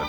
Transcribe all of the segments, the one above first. The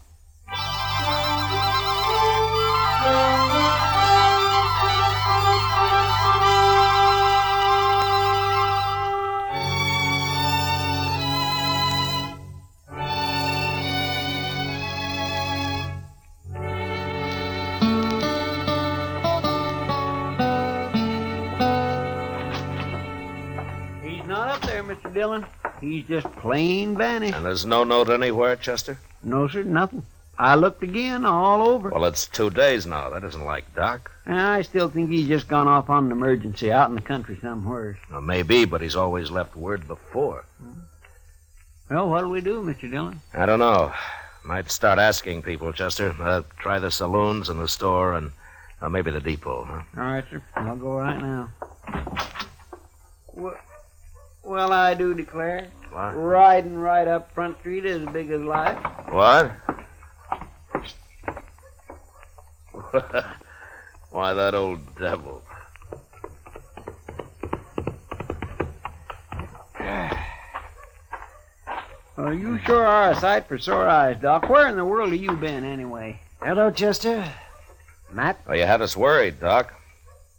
He's not up there, Mr. Dillon. He's just plain vanished. And there's no note anywhere, Chester? No, sir, nothing. I looked again all over. Well, it's two days now. That isn't like Doc. And I still think he's just gone off on an emergency out in the country somewhere. Now, maybe, but he's always left word before. Well, what'll we do, Mr. Dillon? I don't know. Might start asking people, Chester. Uh, try the saloons and the store and uh, maybe the depot, huh? All right, sir. I'll go right now. Well, well I do declare. What? Riding right up Front Street is as big as life. What? Why, that old devil. Well, Uh, you sure are a sight for sore eyes, Doc. Where in the world have you been, anyway? Hello, Chester. Matt? Well, you had us worried, Doc.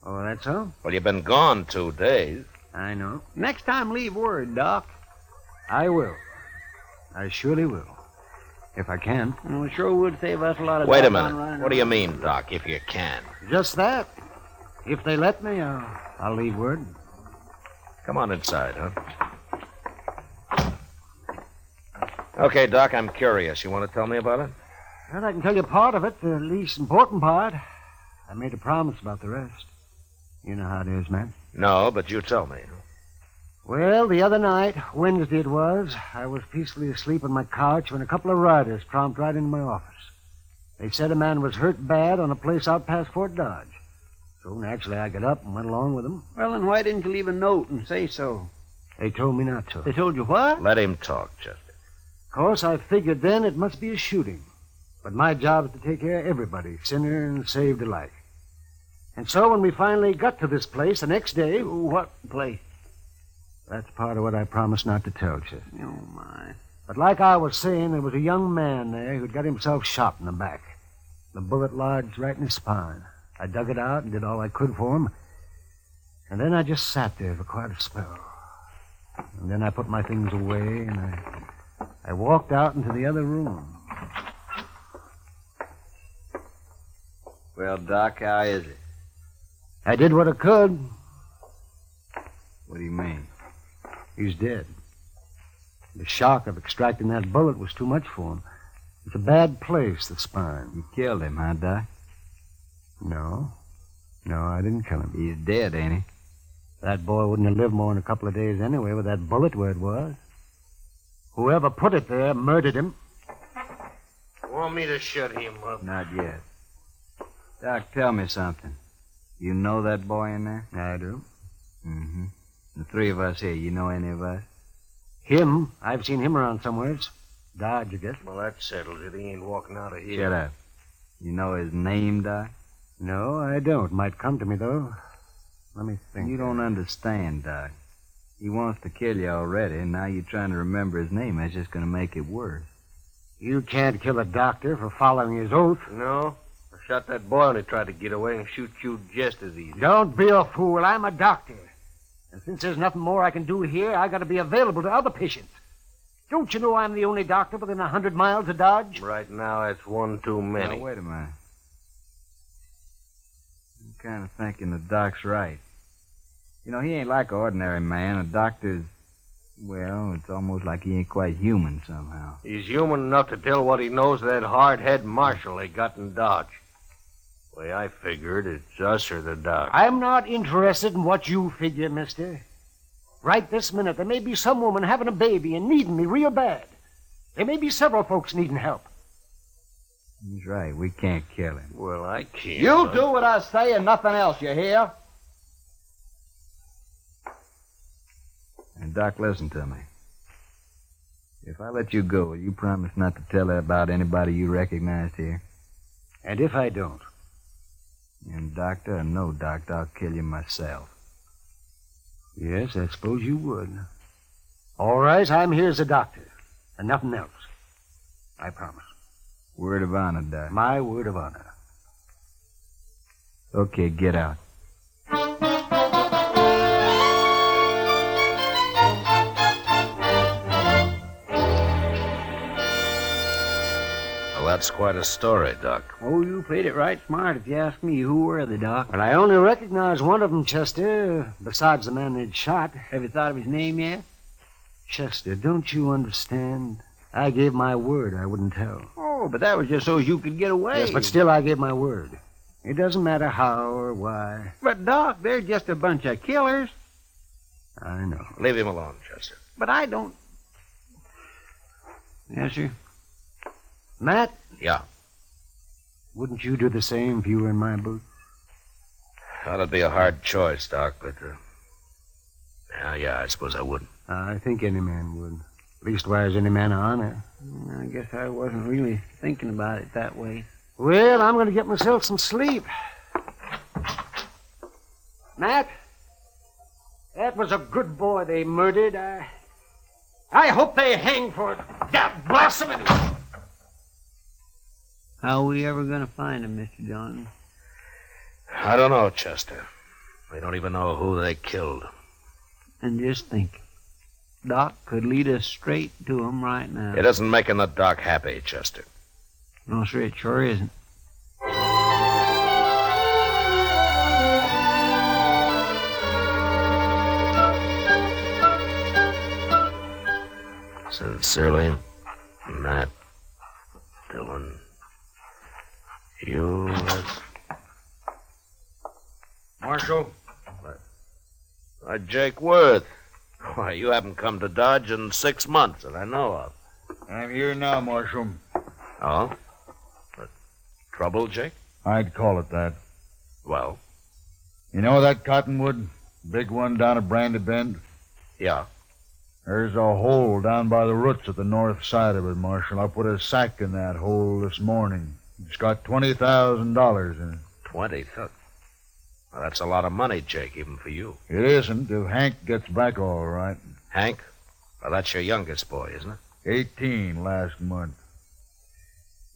Oh, that's so? Well, you've been gone two days. I know. Next time, leave word, Doc. I will. I surely will. If I can. And it sure would save us a lot of Wait a doggone minute. running What do you around. mean, Doc, if you can? Just that. If they let me, I'll, I'll leave word. Come on inside, huh? Okay, Doc, I'm curious. You want to tell me about it? Well, I can tell you part of it, the least important part. I made a promise about the rest. You know how it is, Matt. No, but you tell me. Well, the other night, Wednesday it was, I was peacefully asleep on my couch when a couple of riders tromped right into my office. They said a man was hurt bad on a place out past Fort Dodge. So naturally, I got up and went along with them. Well, then why didn't you leave a note and say so? They told me not to. They told you what? Let him talk, Chester. Of course, I figured then it must be a shooting. But my job is to take care of everybody, sinner and saved alike. And so when we finally got to this place the next day, What place? that's part of what I promised not to tell, Chester. Oh, my. But like I was saying, there was a young man there who'd got himself shot in the back. The bullet lodged right in his spine. I dug it out and did all I could for him. And then I just sat there for quite a spell. And then I put my things away and I, I walked out into the other room. Well, Doc, how is it? I did what I could. What do you mean? He's dead. The shock of extracting that bullet was too much for him. It's a bad place, the spine. You killed him, huh, Doc? No. No, I didn't kill him. He's dead, ain't he? That boy wouldn't have lived more than a couple of days anyway with that bullet where it was. Whoever put it there murdered him. Want me to shut him up? Not yet. Doc, tell me something. You know that boy in there? I do. Mm-hmm. The three of us here, you know any of us? Him, I've seen him around somewheres. Dodge, I guess. Well, that settles it. He ain't walking out of Shut up. You know his name, Doc? No, I don't. Might come to me, though. Let me think. You don't understand, Doc. He wants to kill you already, and now you're trying to remember his name. That's just going to make it worse. You can't kill a doctor for following his oath. No. I shot that boy and he tried to get away and shoot you just as easy. Don't be a fool. I'm a doctor. And since there's nothing more I can do here, I gotta be available to other patients. Don't you know I'm the only doctor within a hundred miles of Dodge? Right now, that's one too Now, wait a minute. I'm kind of thinking the doc's right. You know, he ain't like an ordinary man. A doctor's, well, it's almost like he ain't quite human somehow. He's human enough to tell what he knows to that hard head marshal they got in Dodge. way I figured, it's us or the doc. I'm not interested in what you figure, mister. Right this minute, there may be some woman having a baby and needing me real bad. There may be several folks needing help. He's right. We can't kill him. Well, I can't. You do what I say and nothing else, you hear? And, Doc, listen to me. If I let you go, will you promise not to tell her about anybody you recognized here? And if I don't, And, Doctor, or no, Doctor, I'll kill you myself. yes, I suppose you would. All right, I'm here as a doctor, and nothing else. I promise. Word of honor, Doc. My word of honor. Okay, get out. Well, that's quite a story, Doc. Oh, you played it right smart, if you ask me. Who were they, Doc? But I only recognize one of them, Chester, besides the man they'd shot. Have you thought of his name yet? Chester, don't you understand? I gave my word I wouldn't tell. Oh, but that was just so you could get away. Yes, but still, I gave my word. It doesn't matter how or why. But, Doc, they're just a bunch of killers. I know. Leave him alone, Chester. But I don't. Yes, sir. Matt? Yeah. Wouldn't you do the same if you were in my boots? That'd be a hard choice, Doc, but. Uh... Yeah, yeah, I suppose I would. Uh, I think any man would. Leastwise, any man of honor. Mm, I guess I wasn't really thinking about it that way. Well, I'm going to get myself some sleep. Matt? That was a good boy they murdered. I, I hope they hang for it. That blossom it. How we ever going to find him, Mr. John? I don't know, Chester. We don't even know who they killed. And just think. Doc could lead us straight to him right now. It isn't making the Doc happy, Chester. No, sir, it sure isn't. Sincerely, Matt Dillon. You. Marshal? Why, uh, Jake Worth. Why, you haven't come to Dodge in six months that I know of. I'm here now, Marshal. Oh? But trouble, Jake? I'd call it that. Well, You know that cottonwood? Big one down at Brandy Bend? yeah. There's a hole down by the roots at the north side of it, Marshal. I put a sack in that hole this morning. It's got $20,000 in it. Twenty. Well, that's a lot of money, Jake, even for you. It isn't if Hank gets back all right. Hank? Well, that's your youngest boy, isn't it? 18 last month.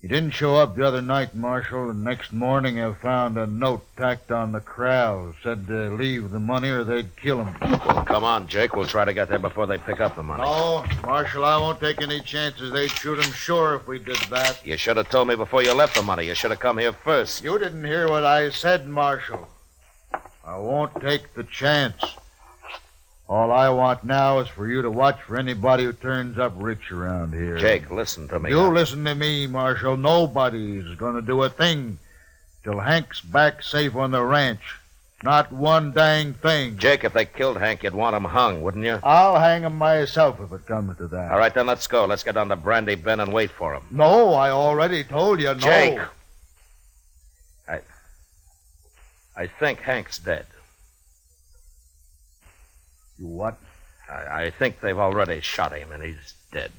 He didn't show up the other night, Marshal, and next morning I found a note tacked on the corral. Said to leave the money or they'd kill him. Well, come on, Jake. We'll try to get there before they pick up the money. No, Marshal, I won't take any chances. They'd shoot him sure if we did that. You should have told me before you left the money. You should have come here first. You didn't hear what I said, Marshal. I won't take the chance. All I want now is for you to watch for anybody who turns up rich around here. Jake, listen to me. You listen to me, Marshal. Nobody's going to do a thing till Hank's back safe on the ranch. Not one dang thing. Jake, if they killed Hank, you'd want him hung, wouldn't you? I'll hang him myself if it comes to that. All right, then let's go. Let's get down to Brandy Bend and wait for him. No, I already told you no. Jake! I. I think Hank's dead. You what? I, I think they've already shot him, and he's dead.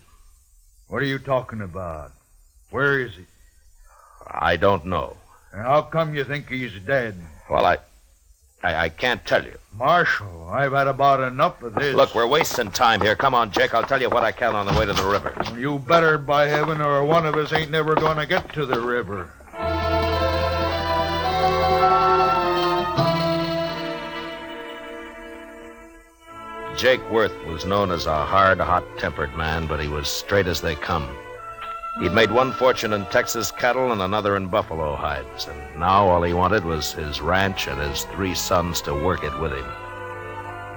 What are you talking about? Where is he? I don't know. And how come you think he's dead? Well, I. I, I can't tell you. Marshal, I've had about enough of this. Look, we're wasting time here. Come on, Jake. I'll tell you what I can on the way to the river. You better by heaven, or one of us ain't never going to get to the river. Jake Worth was known as a hard, hot tempered man, but he was straight as they come. He'd made one fortune in Texas cattle and another in buffalo hides, and now all he wanted was his ranch and his three sons to work it with him.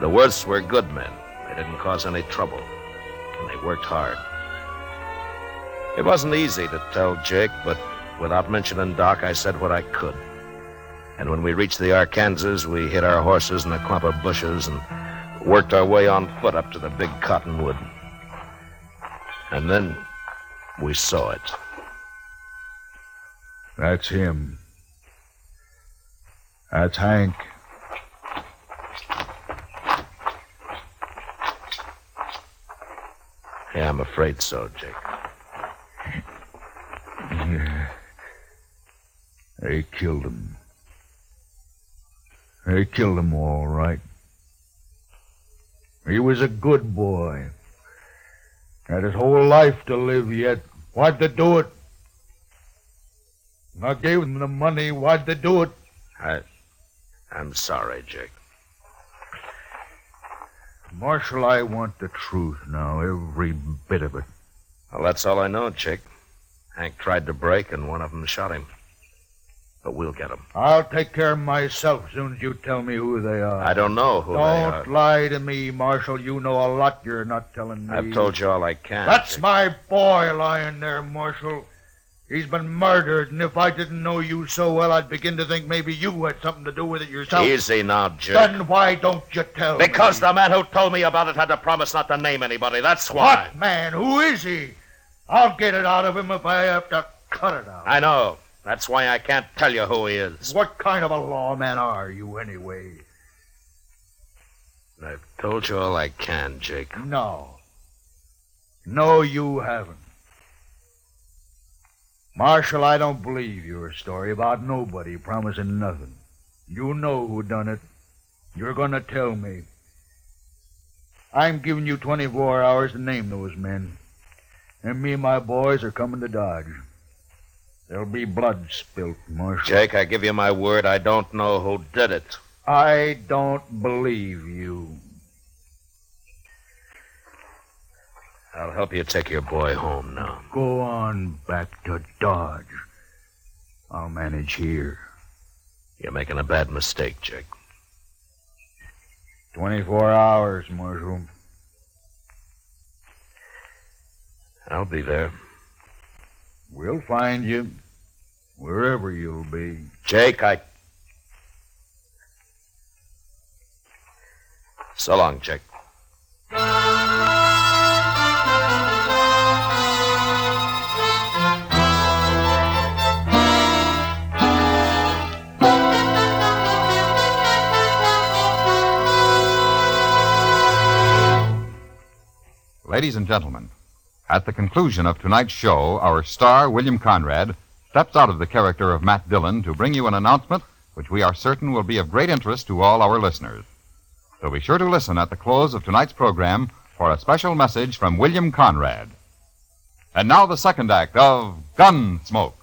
The Worths were good men. They didn't cause any trouble, and they worked hard. It wasn't easy to tell Jake, but without mentioning Doc, I said what I could. And when we reached the Arkansas, we hid our horses in a clump of bushes and worked our way on foot up to the big cottonwood. And then we saw it. That's him. That's Hank. Yeah, I'm afraid so, Jake. They killed him. They killed him all right. He was a good boy. Had his whole life to live yet. Why'd they do it? I gave them the money. Why'd they do it? I, I'm sorry, Jake. Marshal, I want the truth now, every bit of it. Well, that's all I know, Jake. Hank tried to break, and one of them shot him. But we'll get him. I'll take care of myself as soon as you tell me who they are. I don't know who Don't they are. lie to me, Marshal. You know a lot you're not telling me. I've told you all I can. That's Jake. my boy lying there, Marshal. He's been murdered, and if I didn't know you so well, I'd begin to think maybe you had something to do with it yourself. Easy now, Jake. Then why don't you tell me? Because the man who told me about it had to promise not to name anybody. That's why. What man? Who is he? I'll get it out of him if I have to cut it out. I know. That's why I can't tell you who he is. What kind of a lawman are you, anyway? I've told you all I can, Jake. No. No, you haven't. Marshal, I don't believe your story about nobody promising nothing. You know who done it. You're going to tell me. I'm giving you 24 hours to name those men. And me and my boys are coming to Dodge. There'll be blood spilt, Marshal. Jake, I give you my word, I don't know who did it. I don't believe you. I'll help you take your boy home now. Go on back to Dodge. I'll manage here. You're making a bad mistake, Jake. 24 hours, Marshal. I'll be there. We'll find you. Wherever you'll be. Jake, I. So long, Jake. Ladies and gentlemen, at the conclusion of tonight's show, our star, William Conrad, steps out of the character of Matt Dillon to bring you an announcement which we are certain will be of great interest to all our listeners. So be sure to listen at the close of tonight's program for a special message from William Conrad. And now the second act of Gunsmoke.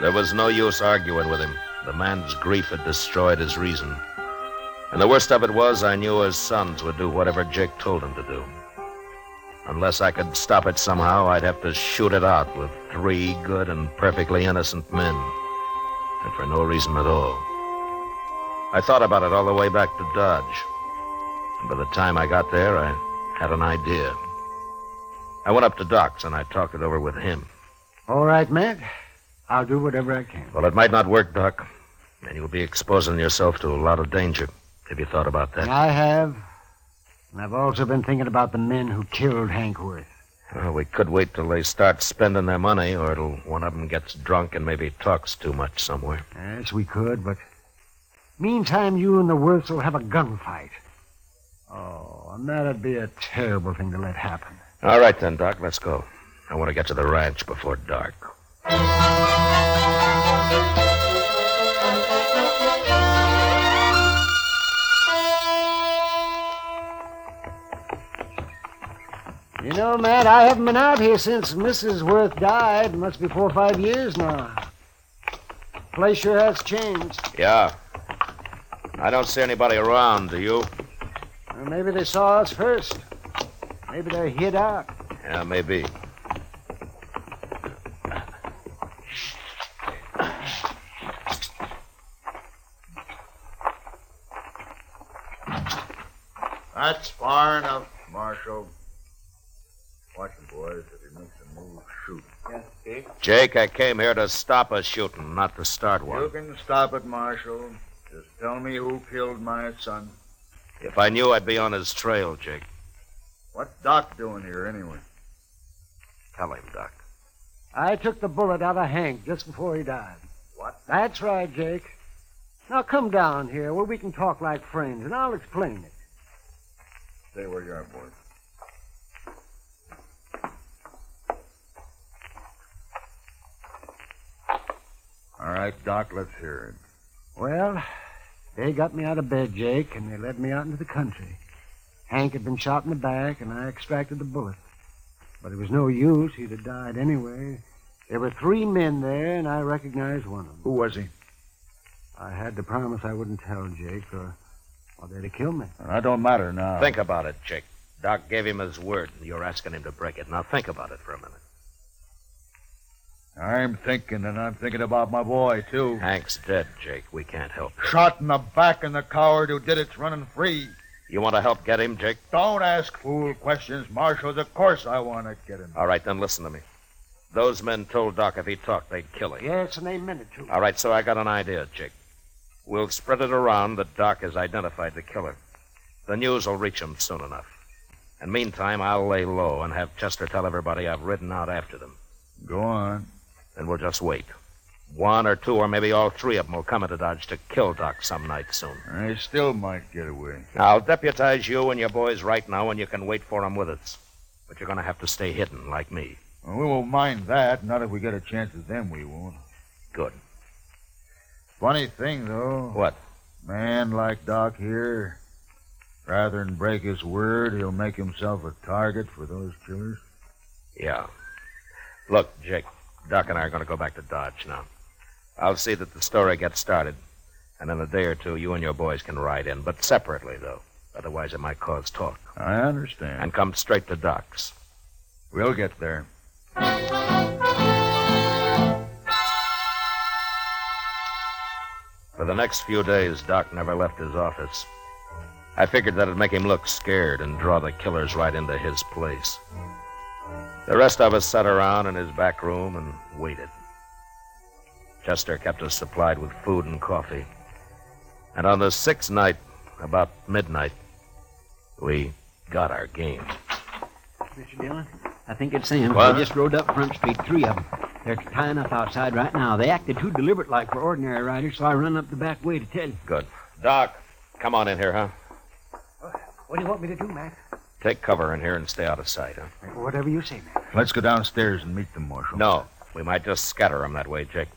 There was no use arguing with him. The man's grief had destroyed his reason. And the worst of it was, I knew his sons would do whatever Jake told him to do. Unless I could stop it somehow, I'd have to shoot it out with three good and perfectly innocent men. And for no reason at all. I thought about it all the way back to Dodge. And by the time I got there, I had an idea. I went up to Doc's and I talked it over with him. All right, Matt. I'll do whatever I can. Well, it might not work, Doc. And you'll be exposing yourself to a lot of danger. Have you thought about that? I have. And I've also been thinking about the men who killed Hank Worth. Well, we could wait till they start spending their money, or till one of them gets drunk and maybe talks too much somewhere. Yes, we could, but. Meantime, you and the Worths will have a gunfight. Oh, and that'd be a terrible thing to let happen. All right, then, Doc, let's go. I want to get to the ranch before dark. You know, Matt, I haven't been out here since Mrs. Worth died. Must be four or five years now. Place sure has changed. Yeah. I don't see anybody around, do you? Or maybe they saw us first. Maybe they're hid out. Yeah, maybe. Marshal, watch him, boys. If he makes a move, shoot. Yes, Dick. Jake, I came here to stop a shooting, not to start You one. can stop it, Marshal. Just tell me who killed my son. If I knew, I'd be on his trail, Jake. What's Doc doing here, anyway? Tell him, Doc. I took the bullet out of Hank just before he died. What? That's right, Jake. Now come down here where we can talk like friends, and I'll explain it. Stay where you are, boys. All right, Doc, let's hear it. Well, they got me out of bed, Jake, and they led me out into the country. Hank had been shot in the back, and I extracted the bullet. But it was no use. He'd have died anyway. There were three men there, and I recognized one of them. Who was he? I had to promise I wouldn't tell, Jake, or, or they'd have killed me. That don't matter now. Think about it, Jake. Doc gave him his word, and you're asking him to break it. Now think about it for a minute. I'm thinking, and I'm thinking about my boy, too. Hank's dead, Jake. We can't help. him. Shot in the back, and the coward who did it's running free. You want to help get him, Jake? Don't ask fool questions, Marshal. Of course I want to get him. All right, then listen to me. Those men told Doc if he talked, they'd kill him. Yes, and they meant it too. All right, so I got an idea, Jake. We'll spread it around that Doc has identified the killer. The news will reach him soon enough. And meantime, I'll lay low and have Chester tell everybody I've ridden out after them. Go on. And we'll just wait. One or two, or maybe all three of them will come into Dodge to kill Doc some night soon. I still might get away. I'll deputize you and your boys right now, and you can wait for 'em with us. But you're going to have to stay hidden, like me. Well, we won't mind that. Not if we get a chance with them, we won't. Good. Funny thing, though. What? Man like Doc here, rather than break his word, he'll make himself a target for those killers. Yeah. Look, Jake, Doc and I are going to go back to Dodge now. I'll see that the story gets started, and in a day or two, you and your boys can ride in, but separately, though. Otherwise, it might cause talk. I understand. And come straight to Doc's. We'll get there. For the next few days, Doc never left his office. I figured that'd make him look scared and draw the killers right into his place. The rest of us sat around in his back room and waited. Chester kept us supplied with food and coffee. And on the sixth night, about midnight, we got our game. Mr. Dillon, I think it's them. What? They just rode up Front Street, three of them. They're tying up outside right now. They acted too deliberate like for ordinary riders, so I run up the back way to tell you. Good. Doc, come on in here, huh? What do you want me to do, Mac? Take cover in here and stay out of sight, huh? Whatever you say, Mac. Let's go downstairs and meet them, Marshal. No, we might just scatter 'em that way, Jake.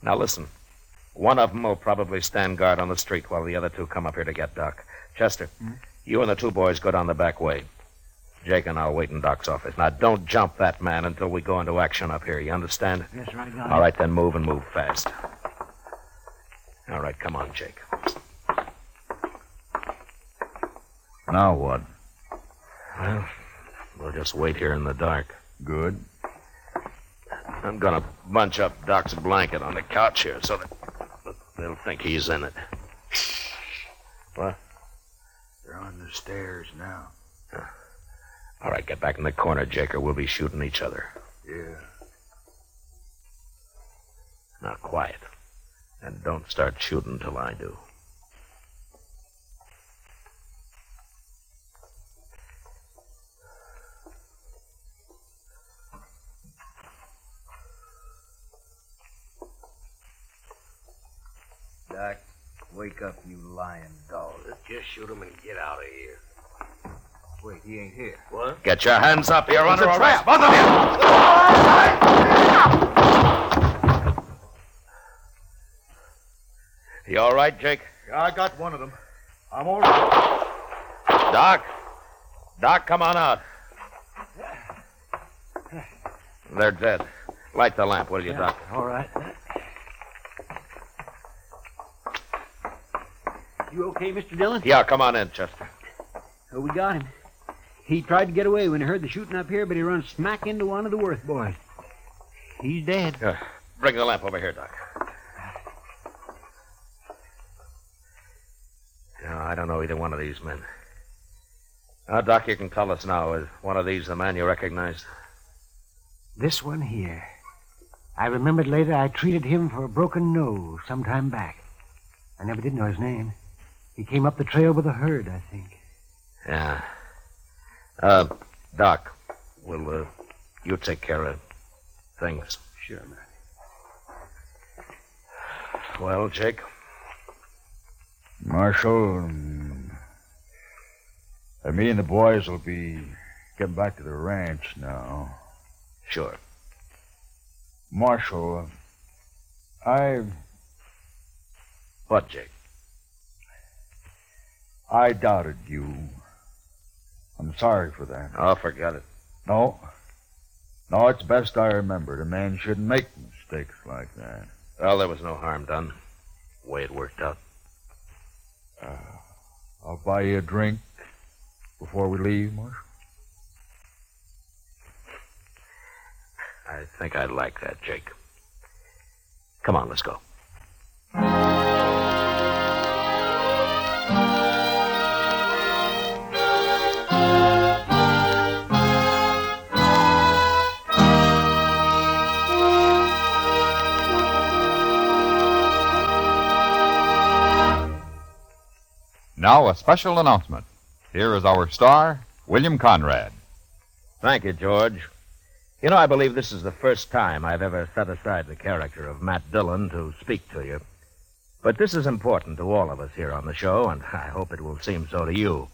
Now listen. One of 'em will probably stand guard on the street while the other two come up here to get Doc. Chester, you and the two boys go down the back way. Jake and I'll wait in Doc's office. Now don't jump that man until we go into action up here. You understand? Yes, right, All right, then move and move fast. All right, come on, Jake. Now what? We'll just wait here in the dark. Good. I'm gonna bunch up Doc's blanket on the couch here so that that they'll think he's in it. They're on the stairs now. All right, get back in the corner, Jake, or we'll be shooting each other. Yeah. Now, quiet. And don't start shooting till I do. Doc, wake up, you lying dog. Just shoot him and get out of here. Wait, he ain't here. What? Get your hands up. You're under arrest. You all right, Jake? I got one of them. I'm all right. Doc? Doc, come on out. They're dead. Light the lamp, will you, Doc? All right. You okay, Mr. Dillon? Yeah, come on in, Chester. Oh, we got him. He tried to get away when he heard the shooting up here, but he run smack into one of the Worth boys. He's dead. Bring the lamp over here, Doc. No, I don't know either one of these men. Now, Uh, Doc, you can call us now. Is one of these the man you recognized? This one here. I remembered later I treated him for a broken nose some time back. I never did know his name. He came up the trail with a herd, I think. Yeah. Uh, Doc, will uh, you take care of things? Sure, man. Well, Jake, Marshal, um, uh, me and the boys will be getting back to the ranch now. sure. Marshal, I What, Jake? I doubted you. I'm sorry for that. Oh, forget it. No. No, it's best I remembered. A man shouldn't make mistakes like that. Well, there was no harm done. The way it worked out. I'll buy you a drink before we leave, Marshal. I think I'd like that, Jake. Come on, let's go. Now, a special announcement. Here is our star, William Conrad. Thank you, George. You know, I believe this is the first time I've ever set aside the character of Matt Dillon to speak to you. But this is important to all of us here on the show, and I hope it will seem so to you.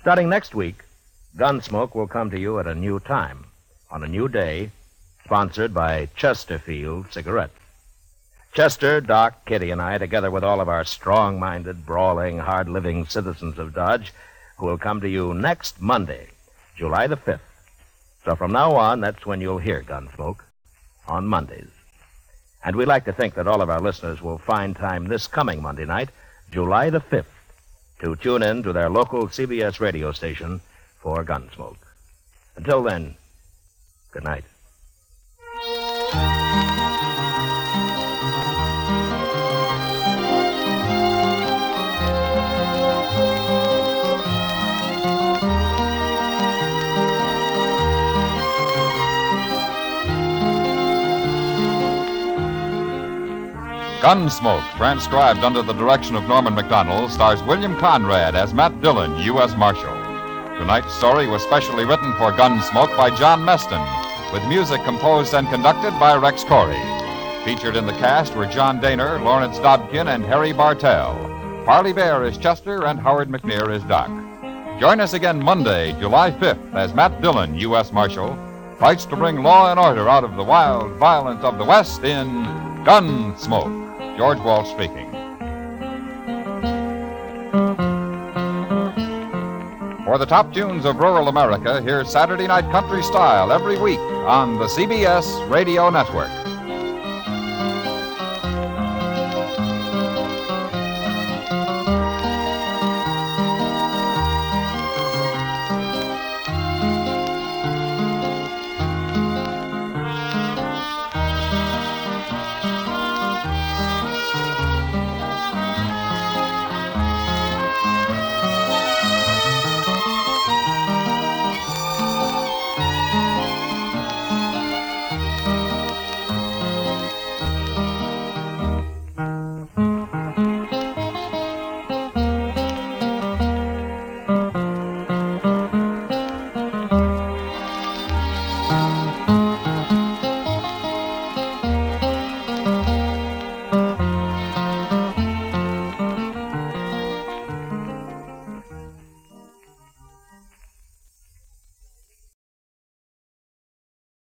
Starting next week, Gunsmoke will come to you at a new time, on a new day, sponsored by Chesterfield Cigarettes. Chester, Doc, Kitty, and I, together with all of our strong minded, brawling, hard living citizens of Dodge, who will come to you next Monday, July the 5th. So from now on, that's when you'll hear Gunsmoke on Mondays. And we'd like to think that all of our listeners will find time this coming Monday night, July the 5th, to tune in to their local CBS radio station for Gunsmoke. Until then, good night. Gunsmoke, transcribed under the direction of Norman McDonald, stars William Conrad as Matt Dillon, U.S. Marshal. Tonight's story was specially written for Gunsmoke by John Meston, with music composed and conducted by Rex Corey. Featured in the cast were John Daner, Lawrence Dobkin, and Harry Bartell. Parley Bear is Chester, and Howard McNear is Doc. Join us again Monday, July 5th, as Matt Dillon, U.S. Marshal, fights to bring law and order out of the wild violence of the West in Gunsmoke. George Walsh speaking. For the top tunes of rural America, hear Saturday Night Country Style every week on the CBS Radio Network.